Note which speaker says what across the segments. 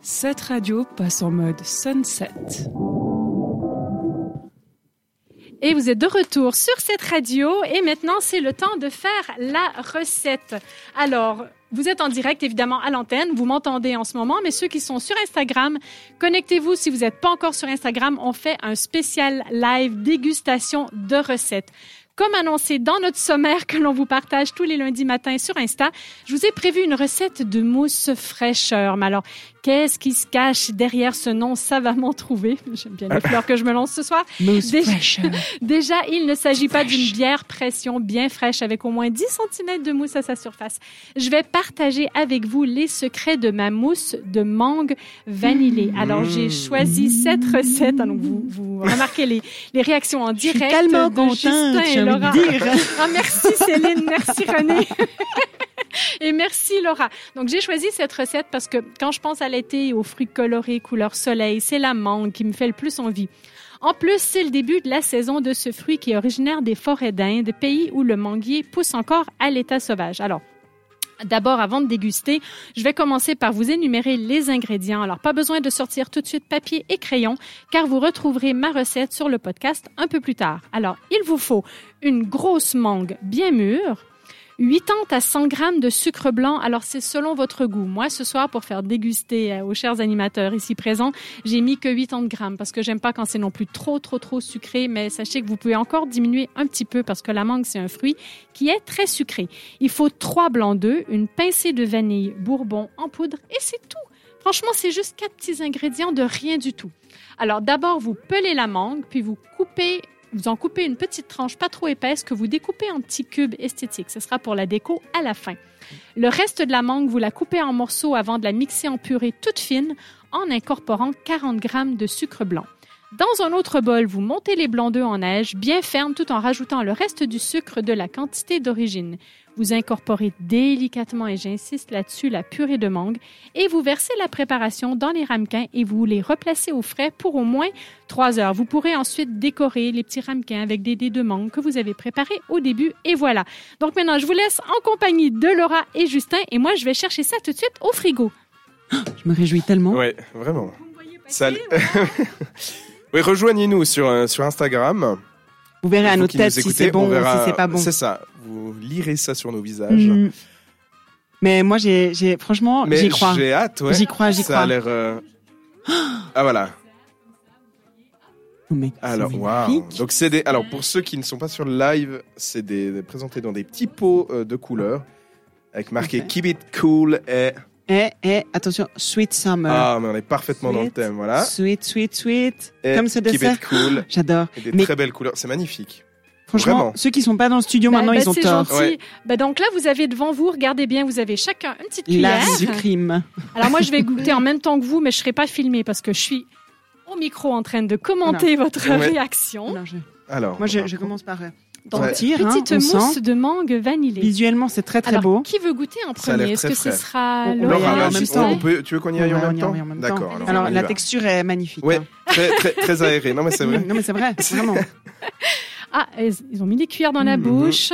Speaker 1: Cette radio passe en mode sunset.
Speaker 2: Et vous êtes de retour sur cette radio et maintenant c'est le temps de faire la recette. Alors, vous êtes en direct évidemment à l'antenne, vous m'entendez en ce moment, mais ceux qui sont sur Instagram, connectez-vous si vous n'êtes pas encore sur Instagram, on fait un spécial live dégustation de recettes. Comme annoncé dans notre sommaire que l'on vous partage tous les lundis matins sur Insta, je vous ai prévu une recette de mousse fraîcheur. Mais alors, qu'est-ce qui se cache derrière ce nom savamment trouvé J'aime bien
Speaker 3: Ah.
Speaker 2: les fleurs que je me lance ce soir.
Speaker 1: Mousse
Speaker 2: Déjà-
Speaker 1: fraîcheur.
Speaker 2: Déjà, il ne s'agit pas
Speaker 1: Fraîche.
Speaker 2: d'une bière pression bien fraîche avec au moins 10 cm de mousse à sa surface. Je vais partager avec vous les secrets de ma mousse de mangue vanillée. Alors, j'ai
Speaker 3: Mmh.
Speaker 2: choisi cette recette. Alors, vous, vous remarquez les, les réactions en
Speaker 3: Je suis
Speaker 2: direct
Speaker 3: tellement
Speaker 2: de
Speaker 3: contente,
Speaker 2: Justin
Speaker 3: j'ai
Speaker 2: et
Speaker 3: envie
Speaker 2: Laura.
Speaker 3: de dire.
Speaker 2: Ah, merci Céline, merci René. Et merci Laura. Donc j'ai choisi cette recette parce que quand je pense à l'été et aux fruits colorés couleur soleil, c'est la mangue qui me fait le plus envie. En plus, c'est le début de la saison de ce fruit qui est originaire des forêts d'Inde, pays où le manguier pousse encore à l'état sauvage. Alors, D'abord, avant de déguster, je vais commencer par vous énumérer les ingrédients. Alors, pas besoin de sortir tout de suite papier et crayon, car vous retrouverez ma recette sur le podcast un peu plus tard. Alors, il vous faut une grosse mangue bien mûre, 80 à 100 grammes de sucre blanc. Alors, c'est selon votre goût. Moi, ce soir, pour faire déguster euh, aux chers animateurs ici présents, j'ai mis que 80 grammes parce que j'aime pas quand c'est non plus trop, trop, trop sucré. Mais sachez que vous pouvez encore diminuer un petit peu parce que la mangue, c'est un fruit qui est très sucré. Il faut trois blancs d'œufs, une pincée de vanille bourbon en poudre et c'est tout. Franchement, c'est juste quatre petits ingrédients de rien du tout. Alors d'abord, vous pelez la mangue, puis vous coupez, vous en coupez une petite tranche pas trop épaisse que vous découpez en petits cubes esthétiques. Ce sera pour la déco à la fin. Le reste de la mangue, vous la coupez en morceaux avant de la mixer en purée toute fine en incorporant 40 grammes de sucre blanc. Dans un autre bol, vous montez les blancs d'œufs en neige bien ferme tout en rajoutant le reste du sucre de la quantité d'origine. Vous incorporez délicatement, et j'insiste là-dessus, la purée de mangue et vous versez la préparation dans les ramequins et vous les replacez au frais pour au moins 3 heures. Vous pourrez ensuite décorer les petits ramequins avec des dés de mangue que vous avez préparés au début et voilà. Donc maintenant, je vous laisse en compagnie de Laura et Justin et moi, je vais chercher ça tout de suite au frigo.
Speaker 3: Je me réjouis tellement.
Speaker 4: Ouais, vraiment.
Speaker 2: Vous me voyez passer,
Speaker 4: Ça- Oui, rejoignez-nous sur, euh, sur Instagram.
Speaker 3: Vous verrez à
Speaker 4: Vous
Speaker 3: nos
Speaker 4: qui nous
Speaker 3: têtes si
Speaker 4: écoutez,
Speaker 3: c'est bon
Speaker 4: on verra-
Speaker 3: ou si c'est pas bon.
Speaker 4: C'est ça. Vous lirez ça sur nos visages.
Speaker 3: Mm. Mais moi, j'ai, j'ai- franchement,
Speaker 4: Mais
Speaker 3: j'y crois.
Speaker 4: J'ai hâte, ouais.
Speaker 3: J'y crois, j'y
Speaker 4: Ça a
Speaker 3: crois.
Speaker 4: l'air. euh, Ah voilà.
Speaker 3: Oh, mais
Speaker 4: Alors,
Speaker 3: c'est
Speaker 4: waouh.
Speaker 3: magnifique.
Speaker 4: Donc c'est des. Alors pour ceux qui ne sont pas sur le live, c'est des, des- présentés dans des petits pots euh, de couleurs avec marqué
Speaker 3: Ouais.
Speaker 4: Keep it cool et
Speaker 3: Eh, eh, attention, sweet summer.
Speaker 4: ah hein mais on est parfaitement dans le
Speaker 3: Sweet.
Speaker 4: thème, voilà.
Speaker 3: Sweet, sweet, sweet.
Speaker 4: Et
Speaker 3: Comme ce
Speaker 4: Keep
Speaker 3: dessert.
Speaker 4: it cool.
Speaker 3: J'adore.
Speaker 4: Et des
Speaker 3: Mais-
Speaker 4: très belles couleurs, c'est magnifique.
Speaker 3: Franchement,
Speaker 4: Vraiment.
Speaker 3: ceux qui sont pas dans le studio
Speaker 2: Ben,
Speaker 3: maintenant,
Speaker 2: ben,
Speaker 3: ils ont
Speaker 2: c'est
Speaker 3: tort.
Speaker 2: gentil.
Speaker 4: Ouais.
Speaker 2: Ben, donc là, vous avez devant vous, regardez bien, vous avez chacun une petite
Speaker 3: La
Speaker 2: cuillère.
Speaker 3: sucrime.
Speaker 2: Alors moi, je vais goûter en même temps que vous, mais je serai pas filmée parce que je suis au micro en train de commenter votre
Speaker 4: Ouais.
Speaker 2: réaction.
Speaker 3: Non, je-
Speaker 4: Alors.
Speaker 3: Moi, je, je commence par euh,
Speaker 2: Donc,
Speaker 3: sentir. hein,
Speaker 2: Petite
Speaker 3: on
Speaker 2: mousse
Speaker 3: sent.
Speaker 2: de mangue vanillée.
Speaker 3: Visuellement, c'est très très
Speaker 2: Alors,
Speaker 3: beau.
Speaker 2: qui veut goûter en
Speaker 4: Ça a l'air
Speaker 2: premier Est-ce
Speaker 4: très
Speaker 2: que ce
Speaker 4: frais.
Speaker 2: sera
Speaker 3: On- on
Speaker 4: Laura,
Speaker 3: y va en
Speaker 2: Laura
Speaker 4: vas-y,
Speaker 3: même
Speaker 4: on-
Speaker 3: temps.
Speaker 4: on peut- tu veux qu'on y aille
Speaker 3: On
Speaker 4: en
Speaker 3: va- on
Speaker 4: même
Speaker 3: y
Speaker 4: temps
Speaker 3: va en même temps.
Speaker 4: D'accord.
Speaker 2: Allez-y.
Speaker 4: on
Speaker 3: Alors,
Speaker 4: y
Speaker 3: la
Speaker 4: va.
Speaker 3: texture est magnifique.
Speaker 4: Ouais,
Speaker 3: hein.
Speaker 4: très, très, très aéré. Non mais c'est vrai.
Speaker 3: Non, mais c'est vrai, vraiment.
Speaker 2: Ah, ils ils ont mis des cuillères dans la
Speaker 4: Mhm.
Speaker 2: bouche.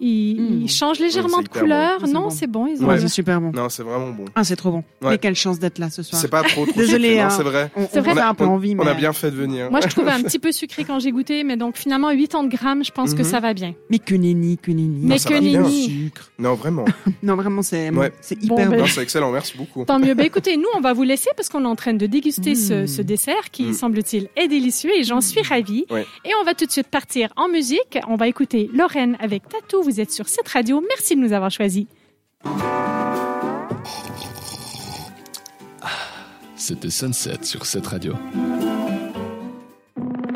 Speaker 2: Ils,
Speaker 3: Mhm.
Speaker 2: ils changent légèrement
Speaker 4: c'est
Speaker 2: de
Speaker 4: hyper
Speaker 2: couleur.
Speaker 3: bon. C'est
Speaker 2: Non,
Speaker 3: bon.
Speaker 2: c'est bon. Ils ont.
Speaker 3: Ouais, C'est super bon.
Speaker 4: Non, c'est vraiment bon.
Speaker 3: Ah, c'est trop bon.
Speaker 4: Ouais.
Speaker 3: Mais quelle chance d'être là ce soir.
Speaker 4: C'est pas trop. trop
Speaker 3: Désolé,
Speaker 4: sucré, non,
Speaker 3: hein.
Speaker 4: c'est vrai.
Speaker 3: On,
Speaker 2: C'est
Speaker 3: on
Speaker 2: vrai.
Speaker 3: a un peu envie, mais
Speaker 4: On a bien fait de venir.
Speaker 2: Moi, je trouve un petit peu sucré quand j'ai goûté, mais donc finalement 80 grammes, je pense que
Speaker 4: Mhm.
Speaker 2: ça va bien.
Speaker 3: mais que nenni, que nenni.
Speaker 2: mais
Speaker 4: ça
Speaker 2: que
Speaker 4: va bien.
Speaker 2: nenni.
Speaker 3: sucre.
Speaker 4: Non, vraiment.
Speaker 3: Non, vraiment, c'est
Speaker 4: Ouais.
Speaker 3: c'est
Speaker 2: Bon,
Speaker 3: hyper
Speaker 2: ben,
Speaker 3: bon.
Speaker 4: Non, c'est excellent. Merci beaucoup.
Speaker 2: Tant mieux. Ben, écoutez, nous, on va vous laisser parce qu'on est en train de déguster ce,
Speaker 3: Mm.
Speaker 2: ce dessert qui,
Speaker 4: Mm.
Speaker 2: semble-t-il, est délicieux et j'en suis ravie.
Speaker 4: Ouais.
Speaker 2: Et on va tout de suite partir en musique. On va écouter Lorraine avec Tatou. Vous êtes sur cette radio. Merci de nous avoir choisis.
Speaker 5: C'était Sunset sur cette radio.